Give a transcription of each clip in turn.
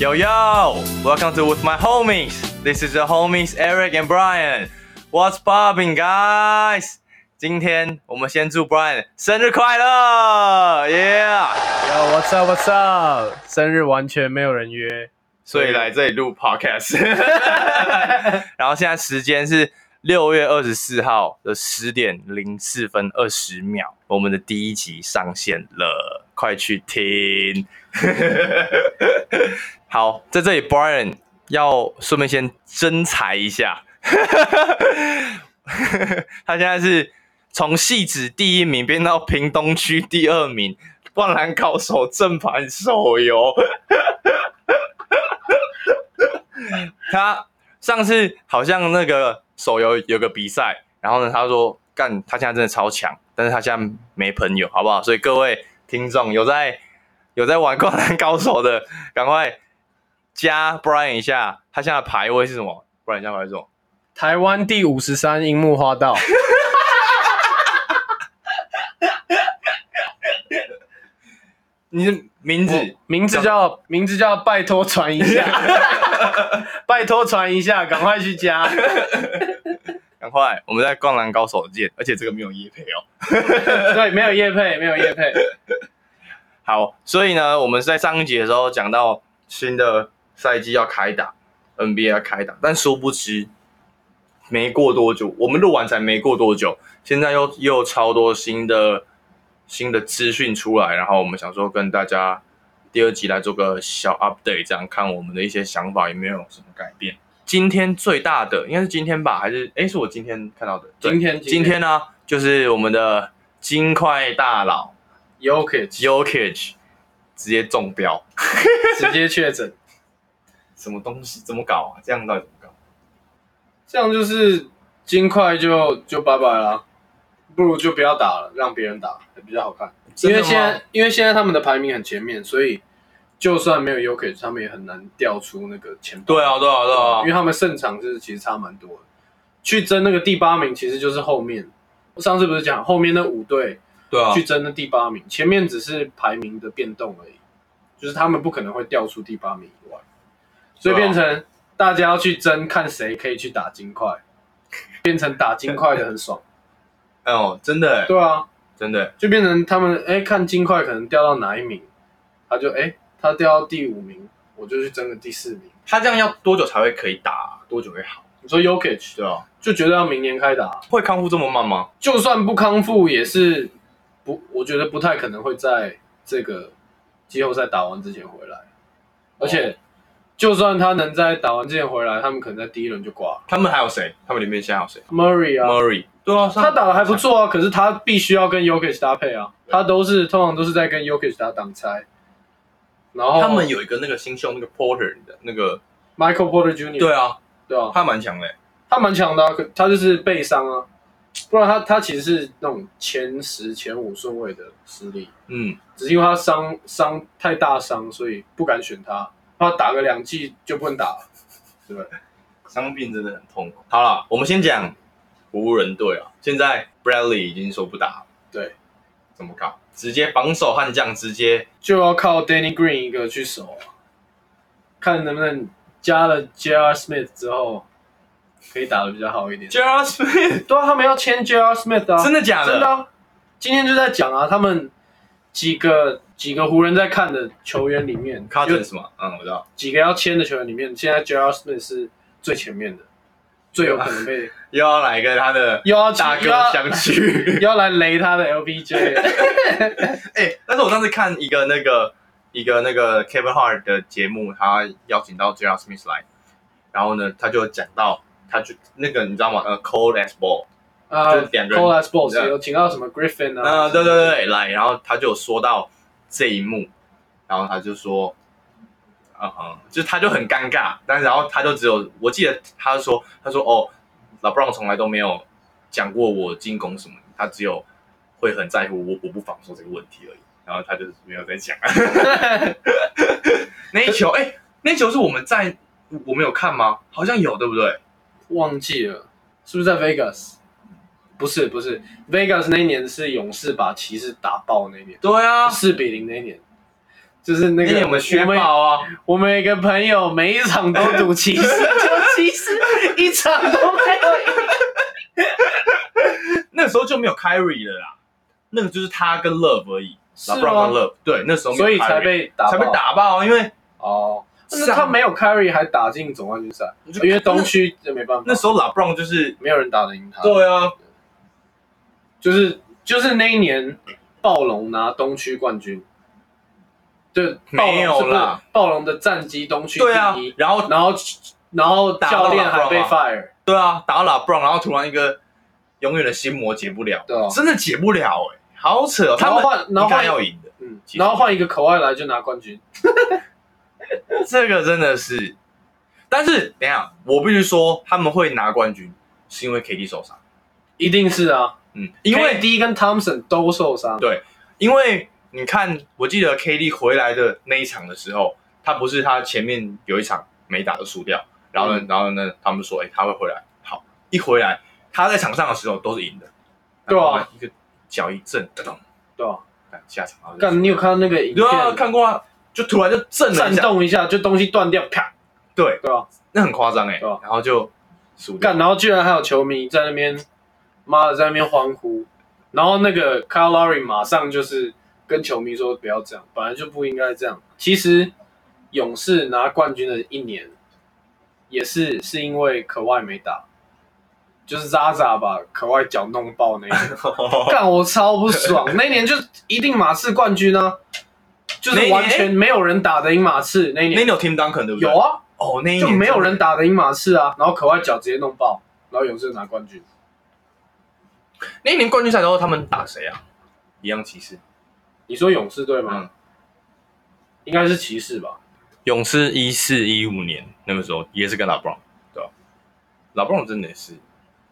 Yo yo, welcome to with my homies. This is the homies Eric and Brian. What's popping, guys? 今天我们先祝 Brian 生日快乐，Yeah！ Yo, what's up? What's up？生日完全没有人约，所以来这里录 Podcast。然后现在时间是六月二十四号的十点零四分二十秒，我们的第一集上线了，快去听。好，在这里 Brian 要顺便先征才一下， 他现在是从戏子第一名变到屏东区第二名，灌篮高手正版手游。他上次好像那个手游有个比赛，然后呢，他说干，他现在真的超强，但是他现在没朋友，好不好？所以各位听众有在有在玩《灌篮高手》的，赶快加 Brian 一下，他现在的排位是什么？Brian 现在排位是什么？台湾第五十三樱木花道，你的名字我名字叫名字叫拜托传一 下，拜托传一下，赶快去加。赶快，我们在《灌篮高手》见，而且这个没有夜配哦。对，没有叶配，没有叶配。好，所以呢，我们在上一集的时候讲到新的赛季要开打，NBA 要开打，但殊不知没过多久，我们录完才没过多久，现在又又超多新的新的资讯出来，然后我们想说跟大家第二集来做个小 update，这样看我们的一些想法有没有什么改变。今天最大的应该是今天吧，还是诶，是我今天看到的？对今天今天呢、就是我们的金块大佬 y o k i c Yokich 直接中标，直接确诊，什么东西怎么搞啊？这样到底怎么搞？这样就是金块就就拜拜啦，不如就不要打了，让别人打比较好看。因为现在因为现在他们的排名很前面，所以就算没有 y o k i c 他们也很难调出那个前八。对啊，对啊，对啊，因为他们胜场是其实差蛮多的，去争那个第八名其实就是后面，我上次不是讲后面那五队对啊去争那第八名，前面只是排名的变动而已，就是他们不可能会掉出第八名以外，所以对啊变成大家要去争看谁可以去打金块，变成打金块的很 爽，哎呦，真的欸，对啊，真的欸，就变成他们哎、看金块可能掉到哪一名，他就哎、他掉到第五名，我就去争个第四名，他这样要多久才会可以打？多久会好？你说 Yokich 对啊，就觉得要明年开打啊、会康复这么慢吗？就算不康复，也是不，我觉得不太可能会在这个季后赛打完之前回来。而且，就算他能在打完之前回来，他们可能在第一轮就挂了。他们还有谁？他们里面现在还有谁 Murray 啊， ？Murray，对啊，他打的还不错啊，可是他必须要跟 Yokich 搭配啊，他都是通常都是在跟 Yokich 打挡拆。然后他们有一个那个新秀那个 Porter 的那个， Michael Porter Jr. 对啊，对啊，他蛮强的欸，他蛮强的、啊，可他就是背伤啊，不然他他其实是那种前十前五顺位的实力。嗯，只是因为他伤伤太大伤，所以不敢选他。他打个两季就不能打了，对不对？伤病真的很痛苦。好了，我们先讲湖人队啊，现在 Bradley 已经说不打了，对，怎么搞？直接防守悍将直接就要靠 Danny Green 一个去守啊，看能不能加了 JR Smith 之后，可以打得比较好一点。 j a r Smith 对啊，他们要签 JR Smith 啊，真的假的？真的啊、今天就在讲啊，他们几个几个湖人在看的球员里面，有 Cousins 嘛，嗯，我知道。几个要签的球员里面，现在 JR Smith 是最前面的，最有可 能被又要来个他的又要大又哥要相聚。要来雷他的 LBJ，哎、但是我上次看一个那个一个那个 Kevin Hart 的节目，他邀请到 J.R. Smith 来，然后呢，他就讲到他就那个你知道吗？呃，Cold as Ball，啊就两个人 Colas Boss 对有请到什么 Griffin 啊？呃，对对对，来，然后他就有说到这一幕，然后他就说，嗯哼，就是他就很尴尬，但是然后他就只有我记得他说他说哦，老布朗从来都没有讲过我进攻什么，他只有会很在乎我我不防守这个问题而已，然后他就没有再讲。 那一球，哎、那一球是我们在我们有看吗？好像有，对不对？忘记了，是不是在 Vegas？不是不是，Vegas 那一年是勇士把骑士打爆那一年，对啊四比零那一年，就是那那个年我们雪宝啊，我们有一个朋友每一场都 赌骑士，就骑士一场都没有赢。那时候就没有 Kyrie 了啦，那个就是他跟 Love 而已，是老 b r o 吗跟 Love，对，那时候没有所以才 Kyrie 被打爆，才被打爆啊，因为哦。那他没有 carry 还打进总冠军赛，因为东区这没办法，那时候 LeBron 就是没有人打得赢他。，对啊，就是就是那一年暴龙拿东区冠军，对，没有暴龙是啦不，暴龙的战绩东区第对啊一，，然后然后然后打到教练 LeBron 还被啊 fire，对啊，打到 LeBron，然后突然一个永远的心魔解不了，对啊真的解不了哎、好扯、哦，他然后们换然应后该换要赢的，嗯，其实然后换一个口外来就拿冠军，这个真的是，但是等一下我必须说他们会拿冠军是因为 KD 受伤，一定是啊，嗯，因为 D 跟 Thompson 都受伤，因为你看，我记得 KD 回来的那一场的时候，他不是他前面有一场没打就输掉，然后呢，嗯然后呢，他们说，哎、他会回来，好，一回来他在场上的时候都是赢的，对啊，一个脚一震，咚咚，对吧？干下场然后就输干，了你有看到那个影对啊，片？看过啊，就突然就震了一颤下，动一下就东西断掉，啪，对，对吧？那很夸张哎、对啊然后就输掉干，，然后居然还有球迷在那边，妈的在那边欢呼，然后那个 Kyle Lowry 马上就是跟球迷说不要这样，本来就不应该这样。其实勇士拿冠军的一年，也是是因为可外没打，就是 Zaza 把可外脚弄爆那一 个。干我超不爽，那一年就一定马刺冠军啊，就那一是年完全没有人打得赢马刺那一那年。你有 Tim Duncan 对不对？有啊，哦，那一就年没有人打得赢马刺啊，然后可外脚直接弄爆，然后勇士拿冠军。那一年冠军赛的时候，他们打谁啊？一样骑士，你说勇士队吗？嗯。应该是骑士吧？勇士一四一五年那个时候也是跟 LeBron 对吧、LeBron 真的是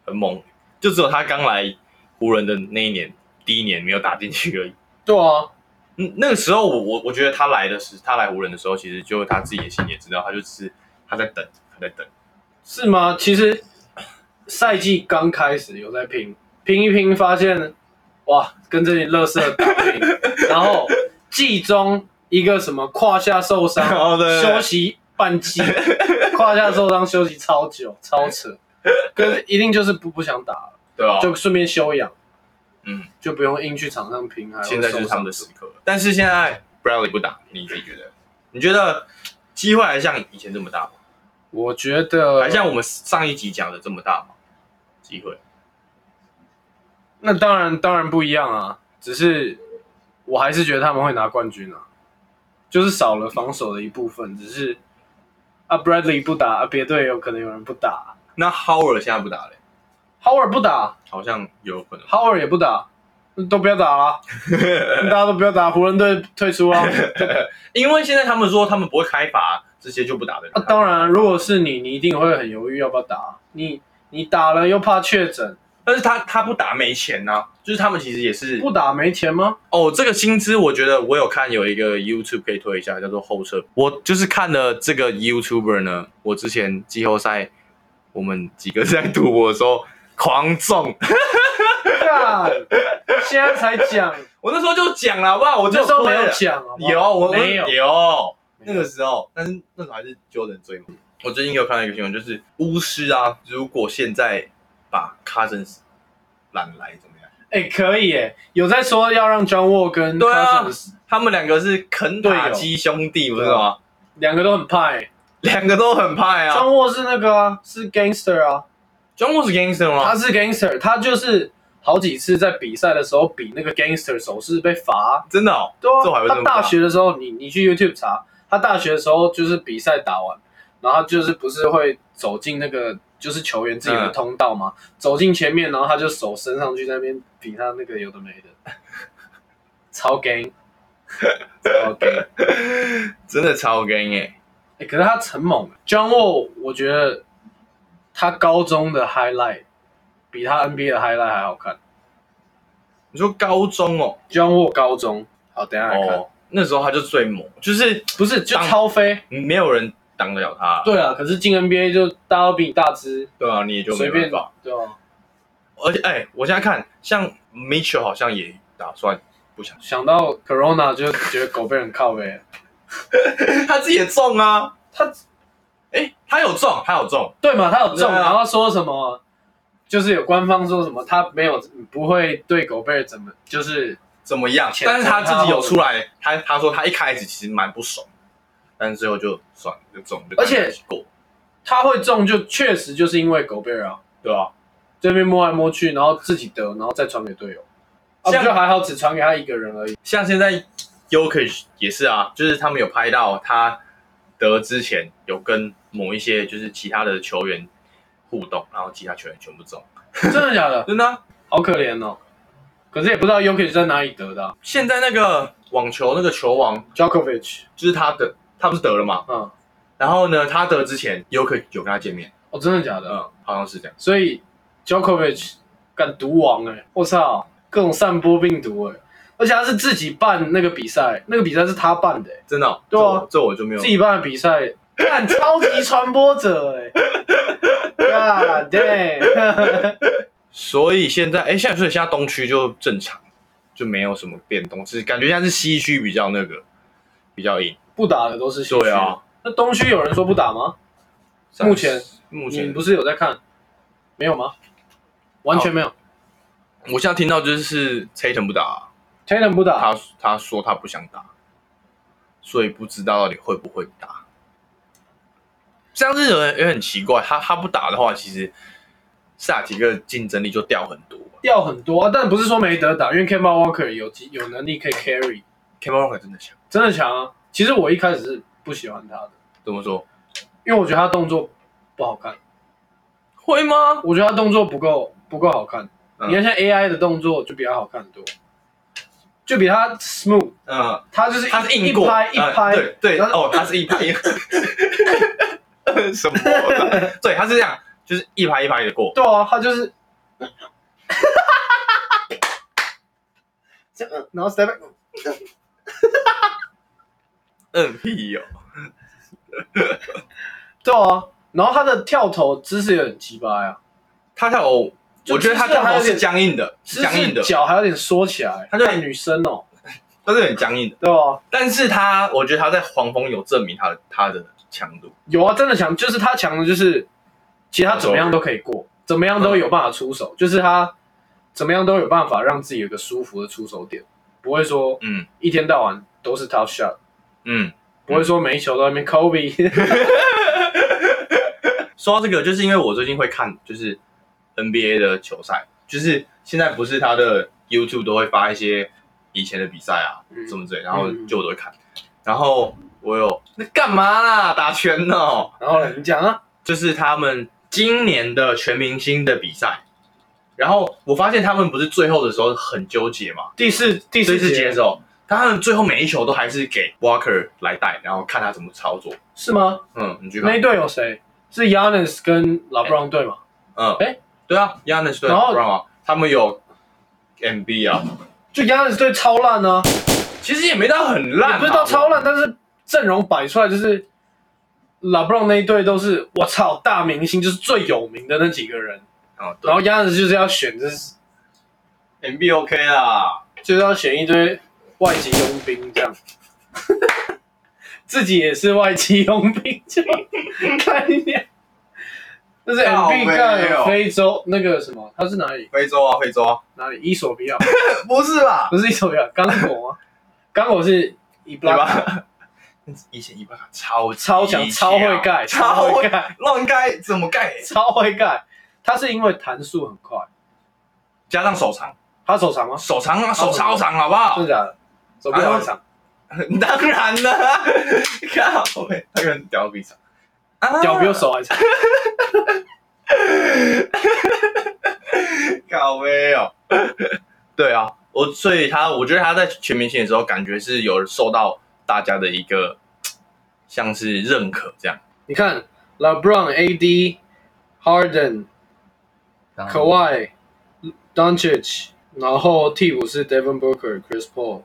很猛，就只有他刚来湖人的那一年，第一年没有打进去而已。对啊，嗯，那个时候我我我觉得他来的是他来湖人的时候，其实就他自己的心里也知道，他就是他在等，他在等。是吗？其实赛季刚开始有在拼，拼一拼发现，哇，跟这些乐色打 拼，然后季中一个什么胯下受 伤，哦对对对休息半季，胯下受伤休息超久，超扯，可是一定就是不不想打了，对啊，就顺便休养，嗯，就不用硬去场上拼，还会现在就是他们的受时刻了。但是现在 Bradley 不打，你自己觉得？你觉得机会还像以前这么大吗？伤。我觉得还像我们上一集讲的这么大吗？机会？那当然，当然不一样啊。只是我还是觉得他们会拿冠军啊，就是少了防守的一部分。只是啊，Bradley 不打，啊，别队有可能有人不打那 Howard 现在不打嘞？ ，Howard 不打好像有可能。 ，Howard 也不打，都不要 打啦，大家都不要打，湖人队退出啊。因为现在他们说他们不会开罚，这些就不打的人。啊，当然，如果是你，你一定会很犹豫要不要打。你你打了又怕确诊，但是他他不打没钱呐、就是他们其实也是不打没钱吗？哦，这个薪资我觉得我有看有一个 YouTube 可以推一下，叫做后撤。我就是看了这个 YouTuber 呢，我之前季后赛我们几个在赌博的时候狂中，干，现在才讲，我那时候就讲了哇，我我就那时候没推有了讲，好不好有我没有？有那个时候，但是那时候还是 Jordan 追嘛。我最近有看到一个新闻，就是巫师啊，如果现在把 Cousins 揽来怎么样？哎、可以哎，有在说要让 John Wall 跟对啊 Cousins 他们两个是肯塔基兄弟，不是吗？两个都很派、欸。两个都很派啊。啊 John Wall 是那个啊，是 gangster 啊， John Wall 是 gangster 吗他？是 gangster，他就是好几次在比赛的时候比那个 gangster 手势被罚。真的哦，对这我还啊，会这么他不知道大学的时候，你你去 YouTube 查，他大学的时候就是比赛打完，然后他就是不是会走进那个就是球员自己的嗯通道嘛，走进前面，然后他就手伸上去在那边比他那个有的没的， 超 gang，超 gang。真的超 gang 哎。欸可是他很猛欸，John Wall，我觉得他高中的 highlight 比他 NBA 的 highlight 还好看。你说高中哦， John Wall 高中，好，等一下来看，哦，那时候他就最猛，就是不是就当超飞。没有人挡得了他。对啊，可是进 NBA 就大家都比你大只，对啊，你也就没随便办法。对啊，而且，哎、我现在看，像 Mitchell 好像也打算不想，想到 Corona 就觉得狗被人靠背， 他自己也中啊，他，哎、他有中，他有中，对嘛？他有中，对啊然后说什么？就是有官方说什么他没有不会对狗贝尔怎么就是怎么样？浅但是他尝自己他有后出来，他他说他一开始其实蛮不爽，但是最后就算了，就中，就而且过，他会中就确实就是因为狗贝尔啊对啊，这边摸来摸去，然后自己得，然后再传给队友，啊像不就还好只传给他一个人而已。像现在 Yokic 也是啊，就是他们有拍到他得之前有跟某一些就是其他的球员互动，然后其他球员全部中，真的假的？真的啊、好可怜哦。可是也不知道 y o k i 在哪里得的、啊、现在那个网球那个球王 Djokovic，就是他得，他不是得了嘛？嗯，然后呢，他得之前 Yokic 有跟他见面，哦，真的假的？嗯，好像是这样。所以 Djokovic 敢毒王哎、我操，各种散播病毒哎、而且他是自己办那个比赛，那个比赛是他办的、欸，真的哦、对啊这我这我就没有自。己办的比赛，干超级传播者哎、God damn！ 所以现在，哎，现在所以现在东区就正常，就没有什么变动，只是感觉现在是西区比较那个比较硬。不打的都是西区对啊，那东区有人说不打吗？目前嗯目你前不是有在看？没有吗？完全没有。我现在听到就是是 Tatum 不打， Tatum 不打，他他说他不想打，所以不知道到底会不会打。这样子有人也很奇怪，他他不打的话，其实萨提克竞争力就掉很多。掉很多、啊，但不是说没得打，因为 Kemba Walker 有机有能力可以 carry， k e m a Walker 真的强，真的强啊。其实我一开始是不喜欢他的，怎么说？因为我觉得他动作不好看，会吗？我觉得他动作不够不够好看。嗯你看像 AI 的动作就比他好看得多，就比他 smooth，嗯，他就是一他是硬过，一拍一嗯拍，对对，然后哦，他是一拍， 什么啦？对，他是这样，就是一拍一拍的过。对啊，他就是， 这样然后 step back，嗯，屁哟、哦，对啊，然后他的跳投姿势也很鸡巴呀，他跳投，就我觉得他姿势跳还有投是点僵硬的，是僵硬的就是，脚还有点缩起来，他就看女生哦、他是很僵硬的。对啊，但是他，我觉得他在黄蜂有证明他的他的强度，有啊，真的强，就是他强的就是，其实他怎么样都可以过，怎么样都有办法出手，就是他怎么样都有办法让自己有个舒服的出手点，不会说嗯一天到晚都是 top shot，嗯。不会说每一球都在那边 Kobe，说到这个，就是因为我最近会看就是 NBA 的球赛，就是现在不是他的 YouTube 都会发一些以前的比赛啊、嗯什么之类，然后嗯就我都会看，然后我有那干嘛啦？打拳哦，然后呢，你讲啊，就是他们今年的全明星的比赛。然后我发现他们不是最后的时候很纠结嘛，第四第这四次节接手，但他们最后每一球都还是给 Walker 来带，然后看他怎么操作。是吗？哎嗯，你去那看一。队有谁？是 Yanis 跟 LeBron 队嘛？嗯，诶对啊，Yanis 对哎然后 LeBron 啊，他们有 MB 啊，就 Yanis 队超烂啊，其实也没到很烂啊，也不是到超烂，但是阵容摆出来就是。LeBron 那一队都是我操大明星，就是最有名的那几个人。哦。然对后鸭子就是要选，就是，MB OK 啦，就是要选一堆外籍佣兵这样， 自己也是外籍佣兵，就看一眼。那是靠 MB 背哦干非洲那个什么，他是哪里非洲啊，非洲啊，哪里？伊索比亚不是啦，不是伊索比亚，刚果吗？刚果是伊布对拉， 吧？以前伊巴卡超超强，超会盖，啊超会会盖，乱盖，怎么盖？超会盖。他是因为弹速很快，加上手长，他手长吗？手长哦啊，手超长，好不好真？的假的？手臂好长， 当然了， 靠背，他跟屌比长，啊脚比我手还长。 靠背哦。对啊，我所以他，我觉得他在全明星的时候，感觉是有受到大家的一个像是认可这样。你看，LeBron、AD、Harden、Kawhi、Doncic，然后替补是 Devin Booker、Chris Paul、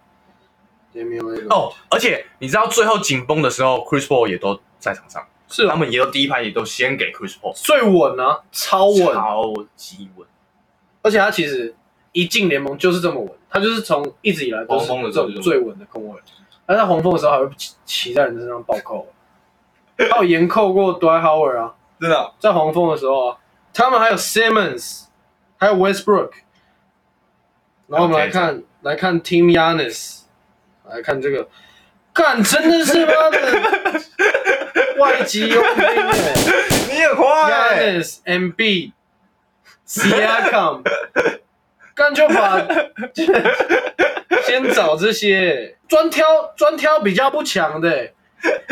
Damian l i l l a r 哦，而且你知道最后紧绷的时候，Chris Paul 也都在场上，是他啊们也都第一排也都先给 Chris Paul，最稳啊，超稳，超级稳，而且他其实一进联盟就是这么稳，他就是从一直以来都是黄蜂的这时候就种是最稳的控卫，他在红蜂的时候还会骑骑在人身上暴 扣，还有严扣过 Dwight Howard 啊，真的哦在黄蜂的时候啊，他们还有 Simmons，还有 Westbrook。然后我们来看来看 Team Yanis，来看这个，干真的是妈的 外籍佣兵哎你很坏欸、 ，Yanis MB Siakam，干就把先找这些专挑专挑比较不强的欸，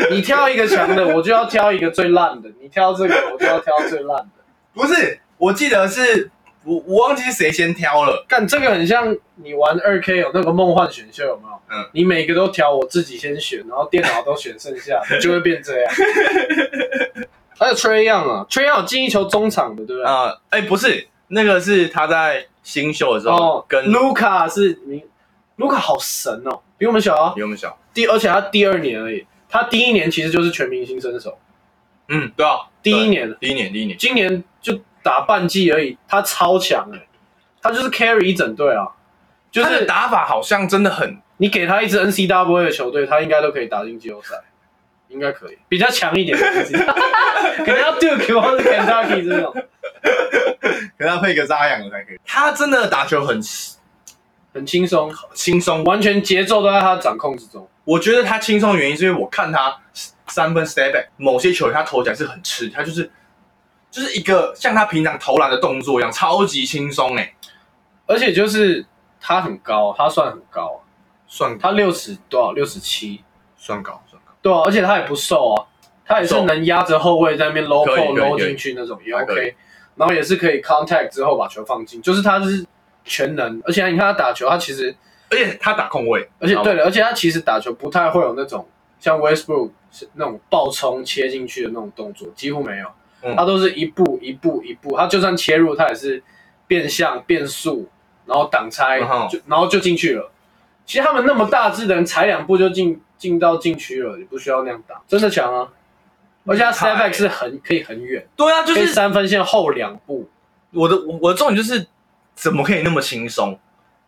你挑一个强的，我就要挑一个最烂的，你挑这个，我就要挑最烂的。不是，我记得是我我忘记是谁先挑了，干这个很像你玩二 K 有那个梦幻选秀有没有？嗯，你每个都挑，我自己先选，然后电脑都选剩下，你就会变 这样。还有 Trey Young 啊，Trey Young 有进一球中场的，对不对？呃，哎、不是，那个是他在新秀的时候哦，跟卢卡是你，卢卡好神哦，比我们小啊。有没有想？第而且他第二年而已，他第一年其实就是全明星身手，嗯，对啊，第对一年第一年，第一年，今年就打半季而已，他超强哎、他就是 carry 一整队啊，就他的是打法好像真的很，你给他一支 NCAA 的球队，他应该都可以打进季后赛，应该可以，比较强一点 的 NCAA 可能要 Duke 或是 Kentucky 这种，可能要配个扎养的才可以。他真的打球很轻很轻松，轻松，完全节奏都在他的掌控之中。我觉得他轻松的原因是因为我看他三分 step back，某些球员他投起来是很吃，他就是就是一个像他平常投篮的动作一样，超级轻松哎，而且就是他很高，他算很高，啊算他六十多少？六十七，算高算高，对啊，而且他也不瘦啊，他也是瘦能压着后卫在那边 low 可以 pull 可以 low 可以进去那种也还可以 OK，然后也是可以 contact 之后把球放进，就是他是全能，而且你看他打球，他其实。而且他打控卫，而且好对了，而且他其实打球不太会有那种像 Westbrook 是那种爆冲切进去的那种动作，几乎没有。嗯他都是一步一步一步，他就算切入，他也是变向变速，然后挡拆，嗯哼就然后就进去了。其实他们那么大只的人，踩两步就进进到禁区了，也不需要那样打，真的强啊！而且他 step 厉害 back 是很可以很远，对啊，就可以是三分线后两步，我的我我的重点就是怎么可以那么轻松，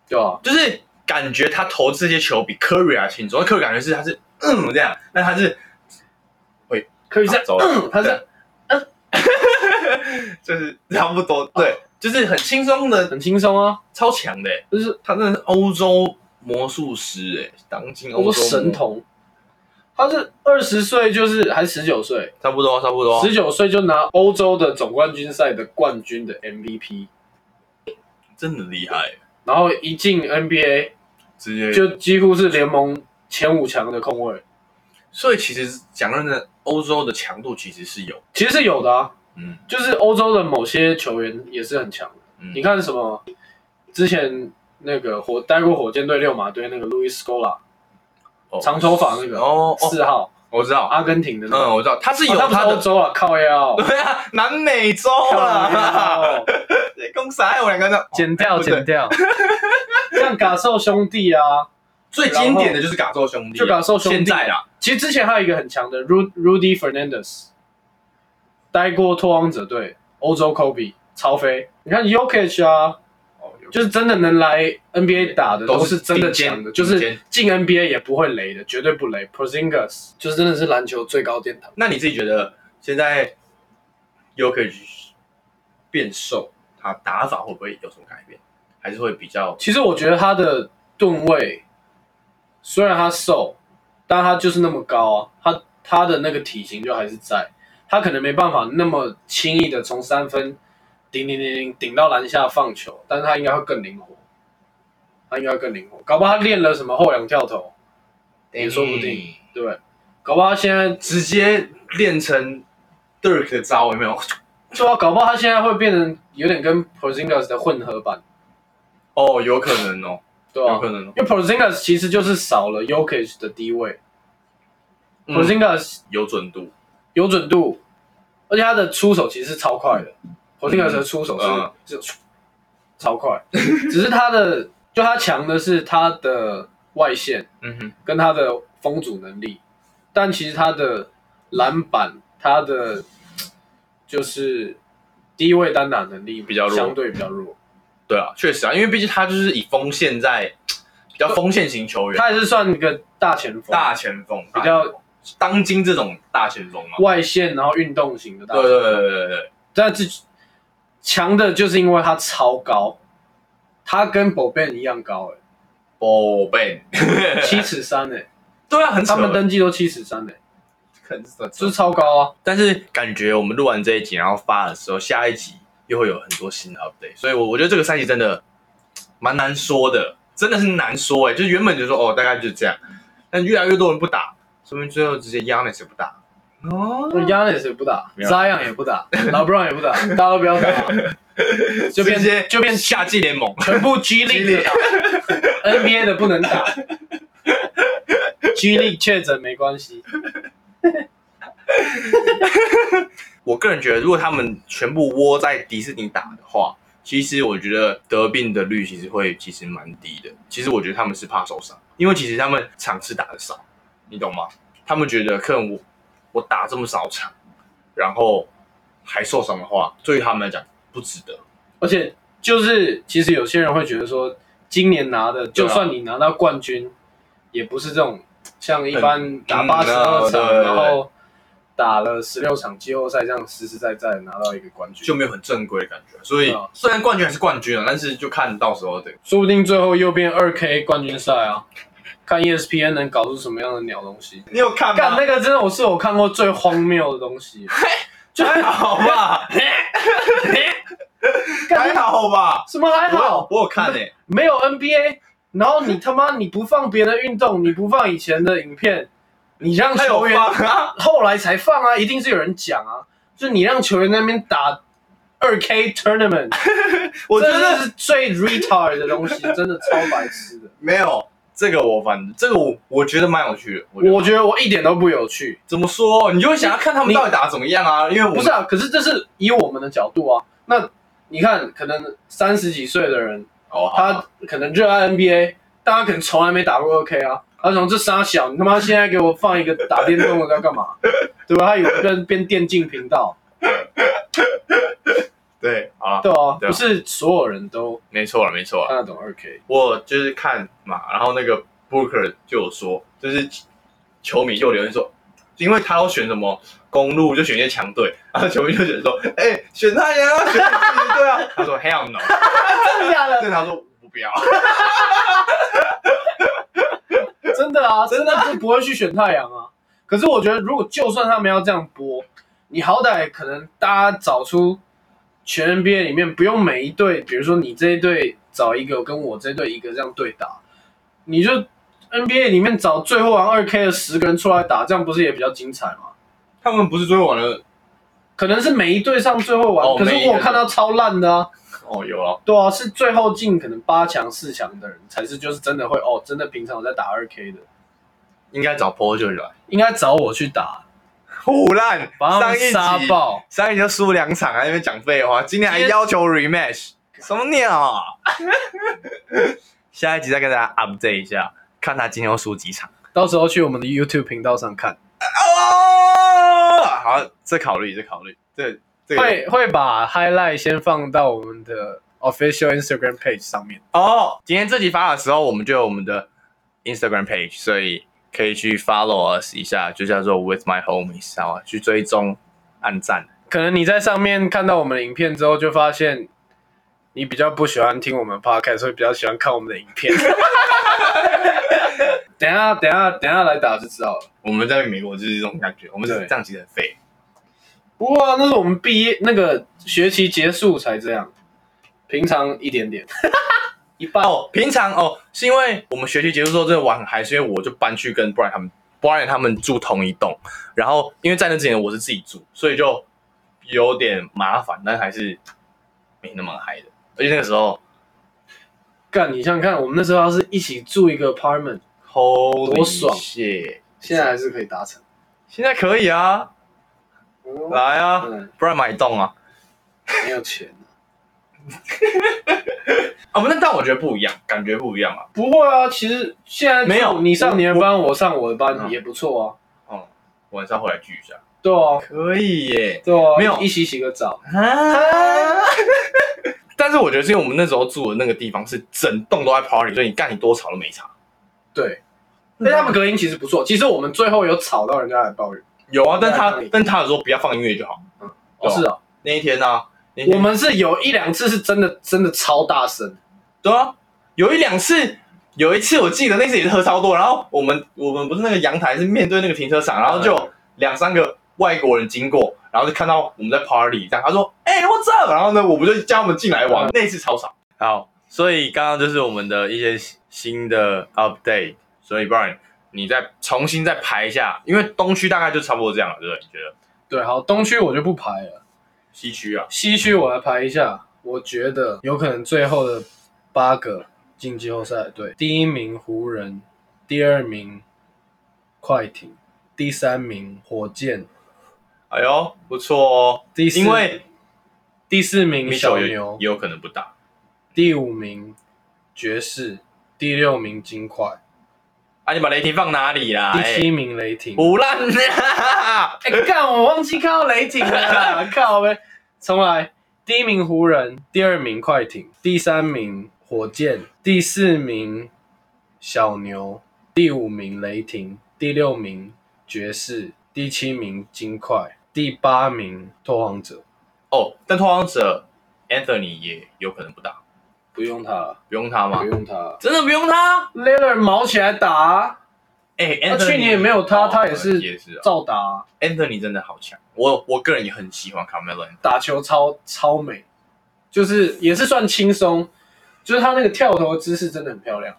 对吧？就是感觉他投这些球比 Curry 还轻松，Curry 感觉是他是嗯这样，但他是可以这样，走了 嗯他是就是差不多，对，哦就是很轻松的，很轻松啊，超强的欸，就是他真的是欧洲魔术师哎，当今我欧说洲魔神童，他是二十岁，就是还十九岁，差不多，差不多。十九岁就拿欧洲的总冠军赛的冠军的 MVP，真的厉害，欸然后一进 NBA 直接就就几乎是联盟前五强的控卫，所以其实讲真的，欧洲的强度其实是有，其实是有的啊，嗯就是欧洲的某些球员也是很强的。嗯，你看什么？之前那个火待过火箭队六马队那个 Luis Scola，哦长头发那个哦哦，四号，我知道，阿根廷的那嗯，个，我知道，他是哦有他不是他欧的，洲啊，靠腰， 对啊，南美洲 靠啊，腰。公司还有两个呢，剪掉，哦哎不对 剪掉。像嘎兽兄弟啊，最经典的就是嘎兽兄弟，就嘎兽兄弟现在啦，其实之前还有一个很强的 Ru- Rudy Fernandez，待过拓荒者队、欧洲 Kobe、超飞。你看 Yokich 啊，哦，有就是真的能来 NBA 打的，都都是是真的顶尖强的，顶就尖是进 NBA 也不会雷的，绝对不雷。Porzingis 就是真的是篮球最高殿堂。那你自己觉得现在 u k 变瘦，他打法会不会有什么改变，还是会比较其实我觉得他的吨位，虽然他瘦，但他就是那么高啊，他他的那个体型就还是在，他可能没办法那么轻易的从三分顶顶顶顶顶到篮下放球，但是他应该会更灵活，他应该会更灵活，搞不好他练了什么后仰跳投，也说不定，对不对？搞不好他现在直接练成 Dirk 的招有没有？ 对啊，搞不好他现在会变成有点跟 Porzingis 的混合版，哦，有可能哦，对吧、有可能哦，因为 Porzingis 其实就是少了 Yokich 的低位、嗯 p o r z i n g i s 有准度，有准度，而且他的出手其实是超快的。火箭哥的出手是、嗯是超快，只是他的就他强的是他的外线嗯哼，跟他的封阻能力，但其实他的篮板、他的就是低位单打能力比较弱相对比较弱。对啊，确实啊，因为毕竟他就是以锋线在比较锋线型球员，他也是算一个大前锋，大前锋，比较大前锋当今这种大前锋嘛。外线，然后运动型的大对前锋。对对对对对，但是强的就是因为他超高，他跟 b o b e n 一样高、欸，宝贝， 哎，七尺三，哎，对啊，很扯他们登记都七尺三，哎，可能是这就是超高啊。但是感觉我们录完这一集，然后发的时候，下一集又会有很多新的 update，所以我我觉得这个赛季真的蛮难说的，真的是难说哎、就是原本就说哦大概就这样，但越来越多人不打，说明最后直接 Yanis 也不打哦，亚内斯也不打，没有扎样也 不打，老布朗也不打，大家都不要打，就直接变就变夏季联盟，全部 G G League League 的打 NBA 的不能打，G League 确诊没关系，我个人觉得，如果他们全部窝在迪士尼打的话，其实我觉得得病的率其实会其实蛮低的。其实我觉得他们是怕受伤，因为其实他们场次打的少，你懂吗？他们觉得可能我我打这么少场，然后还受伤的话，对于他们来讲不值得。而且就是其实有些人会觉得说，今年拿啊的，就算你拿到冠军，也不是这种像一般打嗯八十二对对场，对然后打了十六场季后赛，这样实实在在地拿到一个冠军，就没有很正规的感觉，所以对啊虽然冠军还是冠军啊，但是就看到时候的说不定最后又变二 K 冠军赛啊，看 ESPN 能搞出什么样的鸟东西。你有看干吗？那个真的，我是我看过最荒谬的东西，就还好吧，还 干好吧，什么还我有好，我有看欸诶、没有 NBA，然后嗯你他妈你不放别的运动，你不放以前的影片，你让他有 球员放 啊，后来才放啊，一定是有人讲啊，就你让球员在那边打二 K tournament， 我觉这得是最 retard 的东西，真的超白痴的。没有这个我反这个我我觉得蛮有趣的。 我觉得我觉得我一点都不有趣，怎么说，你就会想要看他们你到底打得怎么样啊？因为我不是啊，可是这是以我们的角度啊，那你看，可能三十几岁的人，哦，他可能热爱 NBA，但他可能从来没打过二 K 啊。他从这仨小，你他妈现在给我放一个打电动的要干嘛？对吧？他以为变变电竞频道，对啊，对啊，对啊不是所有人都没错了，没错了。看得懂二 K。我就是看嘛，然后那个 Booker 就有说，就是球迷就留言说，因为他要选什么公路，就选一些强队，然后球迷就选说， 哎、选他呀，选自己队啊。 他说 Hell no，真的假的？但他说我不 要，真的 啊，真的就不会去选太阳啊。可是我觉得，如果就算他们要这样播，你好歹可能大家找出全 NBA 里面不用每一队，比如说你这一队找一个，跟我这队一个这样对打，你就 NBA 里面找最后玩二 K 的十个人出来打，这样不是也比较精彩吗？他们不是追完了可能是每一队上最后玩，哦可每一是个我看到超烂的啊，哦，有了，对啊，是最后进可能八强、四强的人才是就是真的会哦，真的平常有在打二 K 的，应该找 Paul 就来，应该找我去打，胡烂，把他上们一集杀爆。上一集就输两场，啊还在那边讲废话，今天还要求 rematch，什么鸟啊！ 下一集再跟大家 update 一下，看他今天要输几场。到时候去我们的 YouTube 频道上看，哦，好，这考虑，这考虑，这这个会会把 highlight 先放到我们的 official Instagram page 上面。哦。今天这集发的时候，我们就有我们的 Instagram page，所以可以去 follow us 一下，就叫做 With My Homies，好啊，去追踪、按赞。可能你在上面看到我们的影片之后，就发现你比较不喜欢听我们的 podcast，会比较喜欢看我们的影片。 等一下，等一下，等一下来打就知道了。我们在美国就是这种感觉，我们是对这样其实很废。不过啊、那是我们毕业那个学期结束才这样，平常一 点点，一半。哦，平常哦，是因为我们学期结束之后真的玩很嗨，是因为我就搬去跟 Brian 他们，Brian 他们住同一栋，然后因为在那之前我是自己住，所以就有点麻烦，但还是没那么嗨的。而且那个时候干，你想想看，我们那时候要是一起住一个 apartment，多爽谢，现在还是可以达成。现在可以啊，来啊嗯，不然买一栋啊。没有钱。啊，不那但我觉得不一样，感觉不一样啊。不会啊，其实现在没有你上你的班，我上我的嗯班也不错啊。哦、晚上回来聚一下，对啊，可以耶。对啊，没有一起洗个澡。 啊！但但是我觉得是因为我们那时候住的那个地方是整栋都在 party，所以你干你多吵都没差。对，啊啊但他们隔音其实不错。其实我们最后有吵到人家来抱怨，有啊，但在哪他里但他有时候不要放音乐就好。哦有啊是啊，那一天呢、啊，那一天我们是有一两次是真的真的超大声，对啊，有一两次，有一次我记得那次也是喝超多，然后我们我们不是那个阳台是面对那个停车场，然后就有两三个外国人经过，然后就看到我们在 party，这样他说：“哎、我 w 然后呢，我们就叫他们进来玩，那次超吵。嗯好，所以刚刚就是我们的一些新的 update，所以不然你再重新再排一下，因为东区大概就差不多这样了，对不对？你觉得对，好，东区我就不排了，西区啊？西区我来排一下，我觉得有可能最后的八个进季后赛，对，第一名湖人，第二名快艇，第三名火箭，哎呦，不错哦，第四因为第四名 m i 小 c 也牛也，有可能不打。第五名爵士，第六名金块，啊，你把雷霆放哪里啦？第哎七名雷霆。不烂啦！ 哎、干，我忘记看到雷霆 了啦，靠呗，重来。第一名湖人，第二名快艇，第三名火箭，第四名小牛，第五名雷霆，第六名爵士，第七名金块，第八名拓荒者。哦，但拓荒者 Anthony 也有可能不打，不用他了，不用他吗不？用他了。真的不用他？ l e l a r 毛起来打、啊，哎、那 a 去年也没有他，他也也是啊、照打啊、 Anthony 真的好强，我我个人也很喜欢 Carmelo Anthony。打球超超美，就是也是算轻松，就是他那个跳投的姿势真的很漂亮。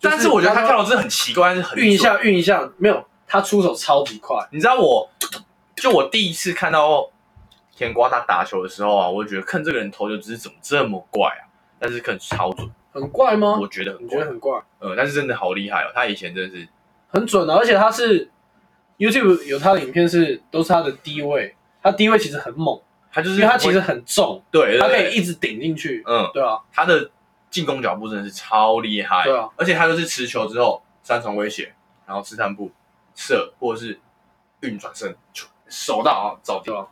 但是我觉得他跳的是很奇怪，但是很运一准。下运一下，没有他出手超级快，你知道我，就我第一次看到甜瓜他打球的时候啊，我就觉得看这个人投球姿势怎么这么怪啊？但是可能超准，很怪吗？我觉得很啊你觉怪得。很怪，呃，但是真的好厉害哦，他以前真的是很准啊的、而且他是 YouTube 有他的影片是都是他的低位，他低位其实很猛，他就因是为他其实很重，对，对他可对以一直顶进去。嗯，对啊，他的进攻脚步真的是超厉害，对啊，而且他就是持球之后三重威胁，然后刺探步射或者是运转身，咻手到啊找对掉，啊，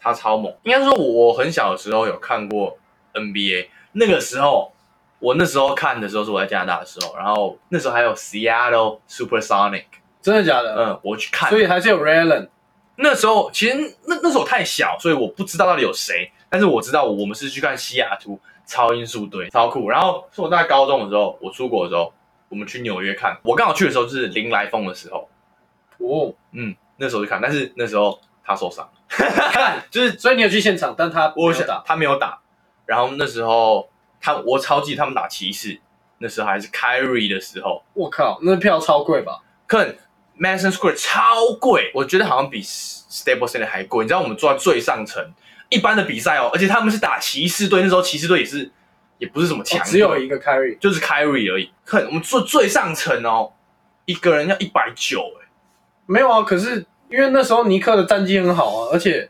他超猛。应该说我很小的时候有看过 NBA，那个时候我那时候看的时候是我在加拿大的时候，然后那时候还有 Seattle Supersonic，真的假的？嗯，我去看，所以还是有 Raylan，那时候其实那那时候我太小，所以我不知道到底有谁，但是我知道我们是去看西雅图超音速队，超酷。然后是我在高中的时候，我出国的时候，我们去纽约看，我刚好去的时候就是林来疯的时候，哦，嗯，那时候就看，但是那时候嗯他受伤，看，就是所以你有去现场，但他没我有想打，他没有打，然后那时候他我超记得他们打骑士，那时候还是 Kyrie 的时候，我靠，那票超贵吧？可能 Madison Square 超贵，我觉得好像比 Staples Center 还贵。你知道我们坐在最上层，一般的比赛哦，而且他们是打骑士队，那时候骑士队也是也不是什么强哦队、只有一个 Carry，就是 Kyrie 而已。看我们坐最上层哦，一个人要一百九哎，没有啊，可是因为那时候尼克的战绩很好啊，而且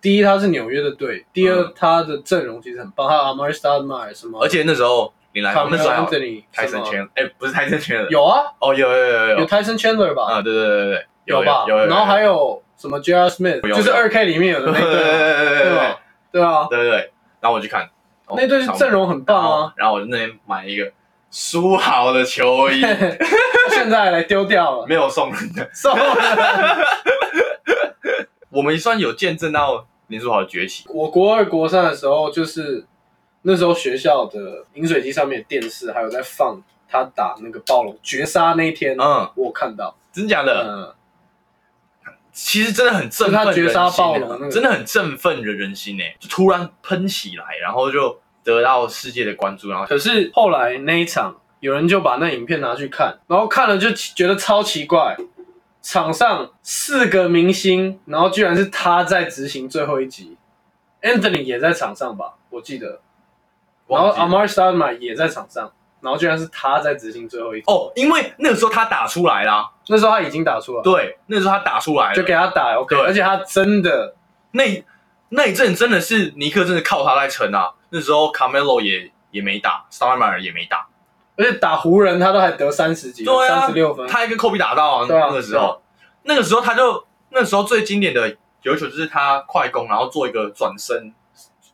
第一他是纽约的队，第二、嗯他的阵容其实很棒，他 Amari s t a d m a r 什么，而且那时候你来，他我们那时候还有 Anthony 泰什森么圈，哎、不是泰森圈的，有啊，哦有有有有有有， Tyson Chandler 吧，啊对对对对对，吧，有有有有，然后还有有什么 JR Smith，有就是有二 K 里面有的对那对对队啊，对对对吧？对啊，对对对，然后我去看，哦那队是超阵容很棒然后啊，，然后我就那边买一个苏豪的球 衣，现在来丢 掉了，没有送人的。送了。我们也算有见证到林书豪的崛起。我国二国三的时候，就是那时候学校的饮水机上面的电视还有在放他打那个暴龙绝杀那一天，嗯，我有看到，真假的？嗯，其实真的很振奋人心就是他绝杀暴龙欸那个真的很振奋人人心诶、欸就突然喷起来，然后就得到世界的关注，然后可是后来那一场，有人就把那影片拿去看，然后看了就觉得超奇怪，场上四个明星，然后居然是他在执行最后一集，Anthony 也在场上吧，我记得，然后忘记了 Amar s t a d m a 也在场上，然后居然是他在执行最后一集，哦，因为那个时候他打出来啦，那时候他已经打出来了。对，那时候他打出来就给了，他打 OK，对而且他真的那那一阵真的是尼克真的靠他在撑啊。那时候 Carmelo 也也没打 s t a r m a r 也没打，而且打湖人他都还得三十几分，对三啊十六分，他还跟科比打到啊，对啊那个时候，那个时候他就那时候最经典的有一球就是他快攻，然后做一个转身，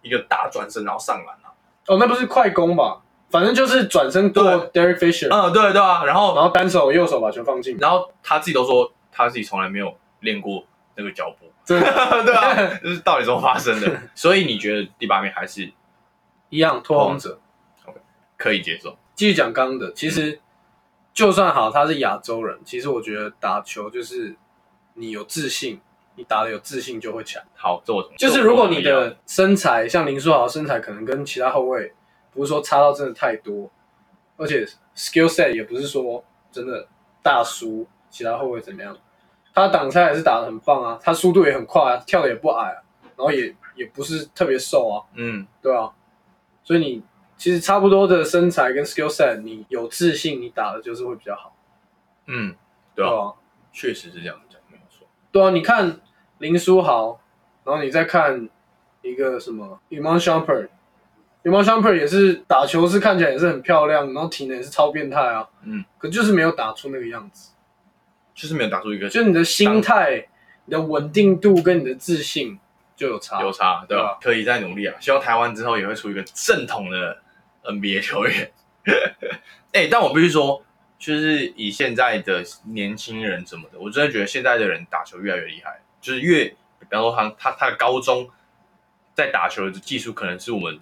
一个大转身，然后上篮啊。哦，那不是快攻吧？反正就是转身过 Derek Fisher，嗯，对对啊，然后然后单手右手把球放进，然后他自己都说他自己从来没有练过那个脚步， 真的对 啊，就是到底怎么发生的？所以你觉得第八名还是一样拓荒哦者。可以接受？继续讲刚刚的，其实就算好他是亚洲人，其实我觉得打球就是你有自信，你打的有自信就会强。好，这我同意就是如果你这我同意啊的身材像林书豪的身材，可能跟其他后卫不是说差到真的太多，而且 skill set 也不是说真的大输其他后卫怎么样，他挡拆也是打的很棒啊，他速度也很快啊，跳的也不矮啊，然后也也不是特别瘦啊，嗯，对啊，所以你其实差不多的身材跟 skill set，你有自信，你打的就是会比较好，嗯，对对啊，啊，确实是这样讲，没有错。对啊，你看林书豪，然后你再看一个什么 i m a n s h a m p e r i m a n s h a m p e r 也是打球是看起来也是很漂亮，然后体能也是超变态啊，嗯，可就是没有打出那个样子，就是没有打出一个就你的心态、你的稳定度跟你的自信就有差，有差，对对吧啊？可以再努力啊！希望台湾之后也会出一个正统的 NBA 球员。 哎、但我必须说，就是以现在的年轻人什么的，我真的觉得现在的人打球越来越厉害，就是越，比方说他他他的高中在打球的技术，可能是我们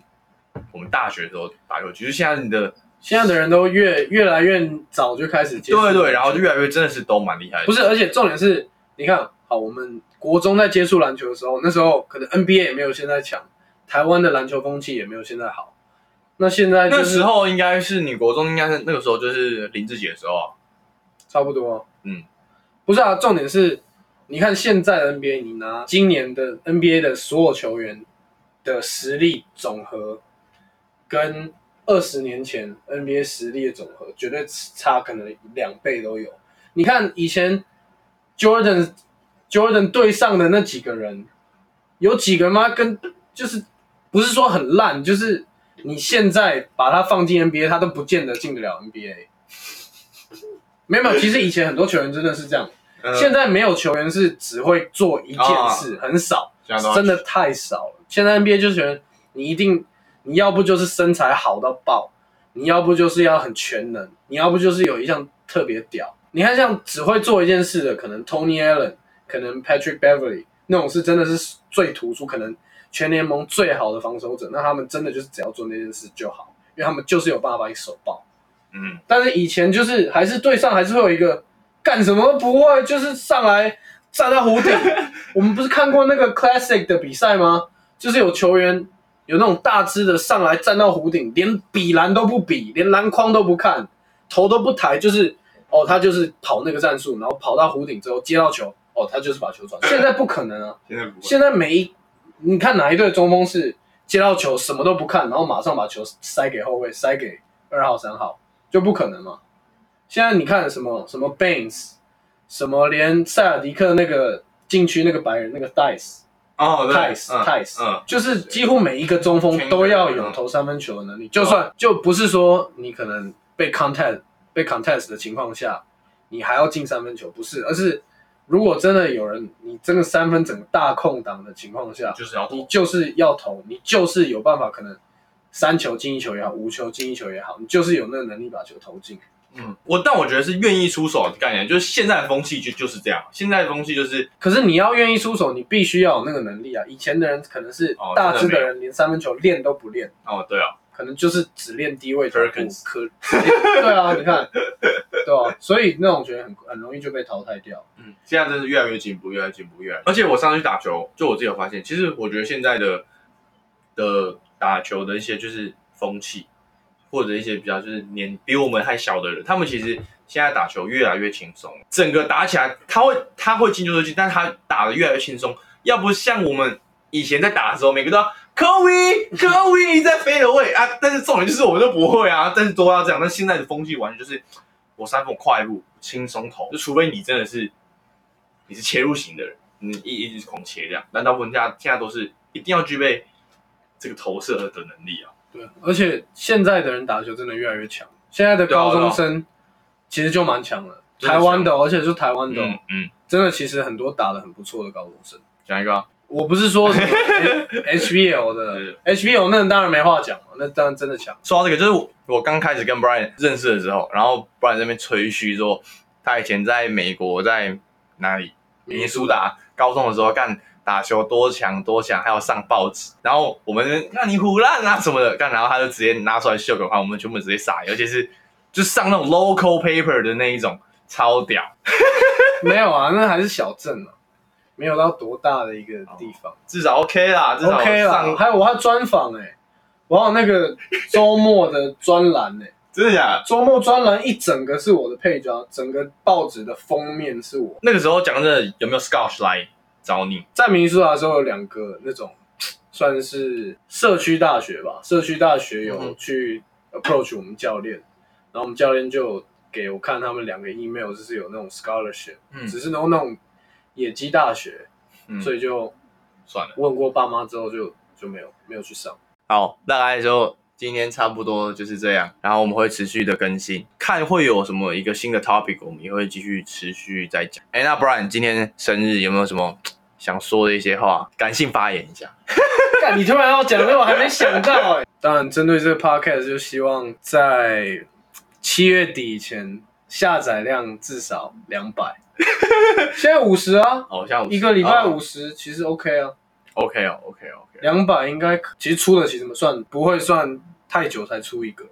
我们大学的时候打球，就是现在你的现在的人都越越来越早就开始接触，对对，然后就越来越真的是都蛮厉害的，不是，而且重点是，你看，好，我们国中在接触篮球的时候，那时候可能 NBA 也没有现在强，台湾的篮球风气也没有现在好。那现在就那是时候应该是你国中应该是那个时候就是林志杰的时候啊，差不多，啊嗯，不是啊，重点是，你看现在的 NBA，你拿今年的 NBA 的所有球员的实力总和，跟二十年前 NBA 实力的总和，绝对差可能两倍都有。你看以前 Jordan Jordan 对上的那几个人，有几个吗？跟就是不是说很烂，就是你现在把他放进 NBA，他都不见得进得了 NBA。没有没有，其实以前很多球员真的是这样，嗯现在没有球员是只会做一件事，很少，现在都要真的太少了。现在 NBA 就是觉得你一定，你要不就是身材好到爆，你要不就是要很全能，你要不就是有一项特别屌。你看像只会做一件事的，可能 Tony Allen，可能 Patrick Beverly 那种是真的是最突出，可能全联盟最好的防守者，那他们真的就是只要做那件事就好，因为他们就是有办法把你手爆。嗯但是以前就是还是对上还是会有一个干什么都不会，就是上来站在弧顶。我们不是看过那个 Classic 的比赛吗？就是有球员有那种大只的上来站到弧顶，连比篮都不比，连篮筐都不看，头都不抬，就是哦，他就是跑那个战术，然后跑到弧顶之后接到球，哦，他就是把球转。现在不可能啊！现在不会现在每一你看哪一队中锋是接到球什么都不看，然后马上把球塞给后卫，塞给二号、三号，就不可能嘛。现在你看什么什么 Baines，什么连塞尔迪克那个禁区那个白人那个 Dice 哦对 Tice 嗯 Tice，、嗯就是几乎每一个中锋都要有投三分球的能力，就啊算就不是说你可能被 contest 被 contest 的情况下，你还要进三分球，不是，而是如果真的有人你这个三分整个大空档的情况下，就是要你就是要投，你就是有办法可能三球进一球也好，五球进一球也好，你就是有那个能力把球投进。嗯，我但我觉得是愿意出手的概念，就是现在的风气就就是这样，现在的风气就是可是你要愿意出手，你必须要有那个能力啊！以前的人可能是哦大只真的的没有人，连三分球练都不练。哦，对啊，可能就是只练低位脚步， Perkins 可 只练对啊，你看，对啊，所以那种球员很很容易就被淘汰掉。嗯，现在真是越来越进步，越来越进步，越来越。而且我上次去打球，就我自己有发现，其实我觉得现在的的打球的一些就是风气，或者一些比较就是年比我们还小的人，他们其实现在打球越来越轻松，整个打起来他会他会进就是进，但他打的越来越轻松，要不像我们以前在打的时候，每个都要。科 威，科威在飞了位啊！但是重点就是我们都不会啊，但是都要这样。但现在的风气完全就是，我三分我快步轻松投，就除非你真的是你是切入型的人，你一一直狂切这样，但大部分现在现在都是一定要具备这个投射的能力啊。对，而且现在的人打球真的越来越强，现在的对啊高中生其实就蛮强的，真的台湾的哦，而且是台湾的哦，嗯，真的其实很多打的很不错的高中生。讲一个啊我不是说什么 HBL 的 HBL 那当然没话讲嘛，那当然真的强。说到这个，就是我我刚开始跟 Brian 认识的时候，然后 Brian 在那边吹嘘说，他以前在美国在哪里明苏达高中的时候干打球多强多强，还要上报纸。然后我们那你胡乱啊什么的干，然后他就直接拿出来秀给我看，我们全部直接傻眼，尤其是就上那种 local paper 的那一种，超屌。没有啊，那还是小镇啊，没有到多大的一个地方。至少 OK 啦，至少 OK 上啦，还有我还专访哎，我还有那个周末的专栏哎，真的假的？周末专栏一整个是我的配角，整个报纸的封面是我。那个时候讲真的，有没有 Scotch 来找你？在明尼苏达的时候有两个那种算是社区大学吧，社区大学有嗯去 approach 我们教练，然后我们教练就给我看他们两个 email，就是有那种 scholarship，、嗯只是弄那种野鸡大学，嗯所以就算了。问过爸妈之后就就没有没有去上。好，大概就今天差不多就是这样，然后我们会持续的更新，看会有什么一个新的 topic，我们也会继续持续再讲。哎，那不然今天生日有没有什么想说的一些话，感性发言一下？ 干，你突然要讲那我还没想到哎、 当然，针对这个 podcast 就希望在七月底以前下载量至少两百， 现在五十啊。哦，像一个礼拜哦五十、其实 OK 啊， ，OK 哦，OK 哦 OK，两百应该可其实出的其实算不会算太久才出一个，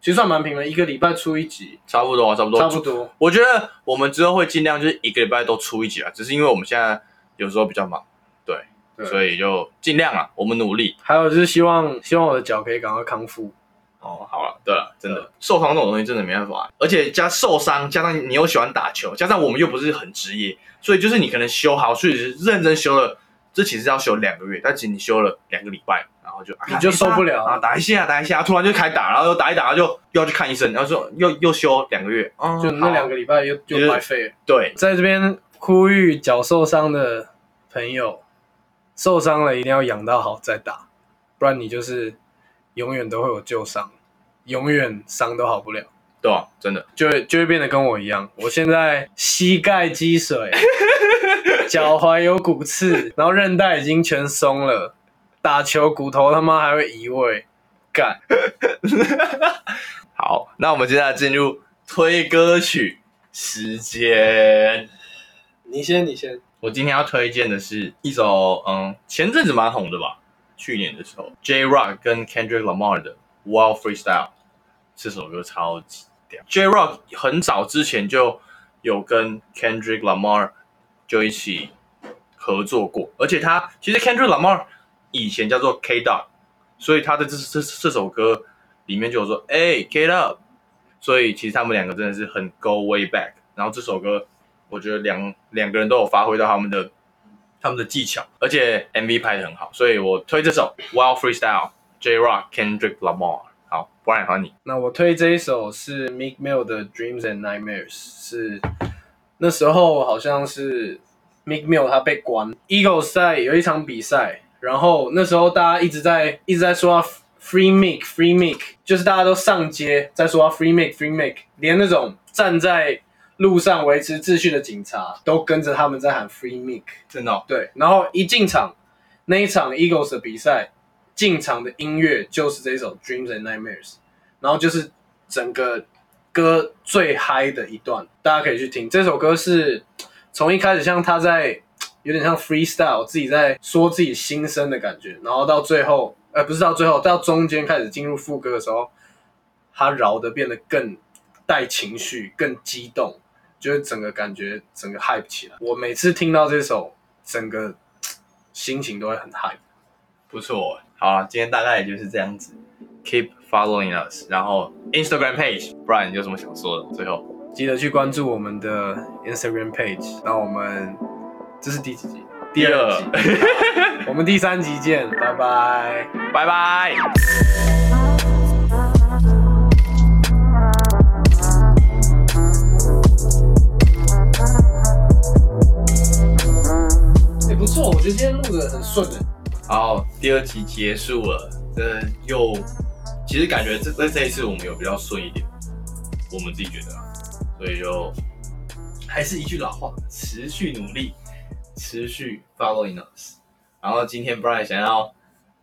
其实算蛮平的，一个礼拜出一集，差不多啊，差不多，差不。多。我觉得我们之后会尽量就是一个礼拜都出一集啊，只是因为我们现在有时候比较忙，对，对所以就尽量啊，我们努力。还有就是希望希望我的脚可以赶快康复，哦，好啊了，对了，真的受伤这种东西真的没办法，而且加受伤，加上你又喜欢打球，加上我们又不是很职业，所以就是你可能修好，所以是认真修了，这其实要修两个月，但其实你修了两个礼拜，然后就、啊、你就受不了啊，打一下打一下，突然就开打，然后又打一打，然后就又要去看医生，然后说又又修两个月，哦就那两好个礼拜又就就是白费了。对，在这边呼吁脚受伤的朋友，受伤了一定要养到好再打，不然你就是永远都会有旧伤，永远伤都好不了。对啊，真的，就会就会变得跟我一样。我现在膝盖积 水，脚踝有骨刺，然后韧带已经全松了，打球骨头他妈还会移位，干！好，那我们接下来进入推歌曲时间。你先，你先，我今天要推荐的是一首，嗯，前阵子蛮红的吧，去年的时候，J Rock 跟 Kendrick Lamar 的《Wild Freestyle》这首歌超级屌。J Rock 很早之前就有跟 Kendrick Lamar 就一起合作过，而且他其实 Kendrick Lamar 以前叫做 K Dog，所以他的这这这首歌里面就有说，哎、k Dog，所以其实他们两个真的是很 go way back。然后这首歌，我觉得两两个人都有发挥到他们的他们的技巧，而且 MV 拍的很好，所以我推这首《Wild Freestyle》J Rock Kendrick Lamar。好，不然还你。那我推这一首是 Meek Mill 的《Dreams and Nightmares》，是那时候好像是 Meek Mill 他被关，Eagles 在有一场比赛，然后那时候大家一直在一直在说他 Free Meek Free Meek，就是大家都上街在说他 Free Meek Free Meek，连那种站在路上维持秩序的警察都跟着他们在喊 Free Meek。真的、哦，对，然后一进场那一场 Eagles 的比赛，进场的音乐就是这一首《Dreams and Nightmares》，然后就是整个歌最嗨的一段，大家可以去听。这首歌是从一开始像他在有点像 freestyle，自己在说自己心声的感觉，然后到最后，呃，不是到最后，到中间开始进入副歌的时候，他饶的变得更带情绪，更激动，就是整个感觉整个 hype 起来。我每次听到这首，整个心情都会很 hype。不错。哦好了，今天大概也就是这样子。Keep following us，然后 Instagram page，不然你有什么想说的？最后记得去关注我们的 Instagram page。那我们这是第几集？第二集。我们第三集见，拜拜。 拜拜。也、哎不错，我觉得今天录的很顺欸的。好，第二集结束了，呃，又其实感觉这这这一次我们有比较顺一点，我们自己觉得啊，所以就还是一句老话，持续努力，持续 following us。然后今天 Brian 想要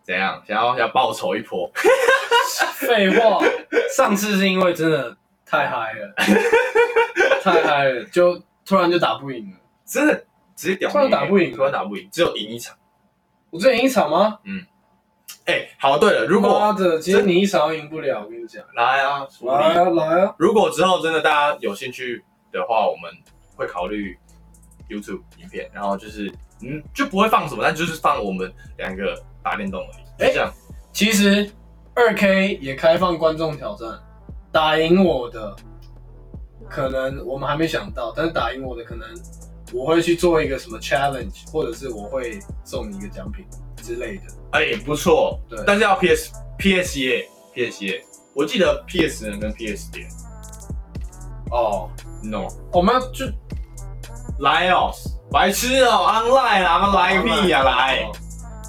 怎样？想要要报仇一波，废话， 上次是因为真的太嗨 了，太嗨了，就突然就打不赢了。真的直接屌突然虐打不赢啊突然打不赢，只有赢一场。我这赢一场吗？哎、好，对了，如妈果的，今天你一场都赢不了，我跟你讲。来啊，福利来啊来啊！如果之后真的大家有兴趣的话，我们会考虑 YouTube 影片，然后就是嗯就不会放什么，但就是放我们两个打电动而已，就哎这样。其实二 K 也开放观众挑战，打赢我的，可能我们还没想到，但是打赢我的可能我会去做一个什么 challenge，或者是我会送你一个奖品之类的。哎、不错，对但是要 PS PS 耶 PS 耶，E 我记得 PS 能跟 PS 点哦， ，no 我们要就 Lios，白痴哦、online 啊，来屁呀、来。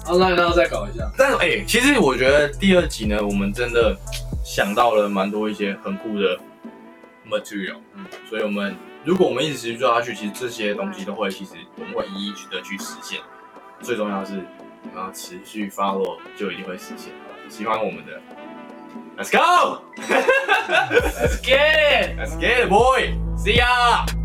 ，online 然后再搞一下。但是哎、其实我觉得第二集呢，我们真的想到了蛮多一些很酷的 material，嗯，所以我们如果我们一直持续做下去，其实这些东西都会，其实我们会一一的去实现。最重要的是，我们要持续 follow，就一定会实现。喜欢我们的，Let's go，Let's Let's get it！ get it boy，see ya。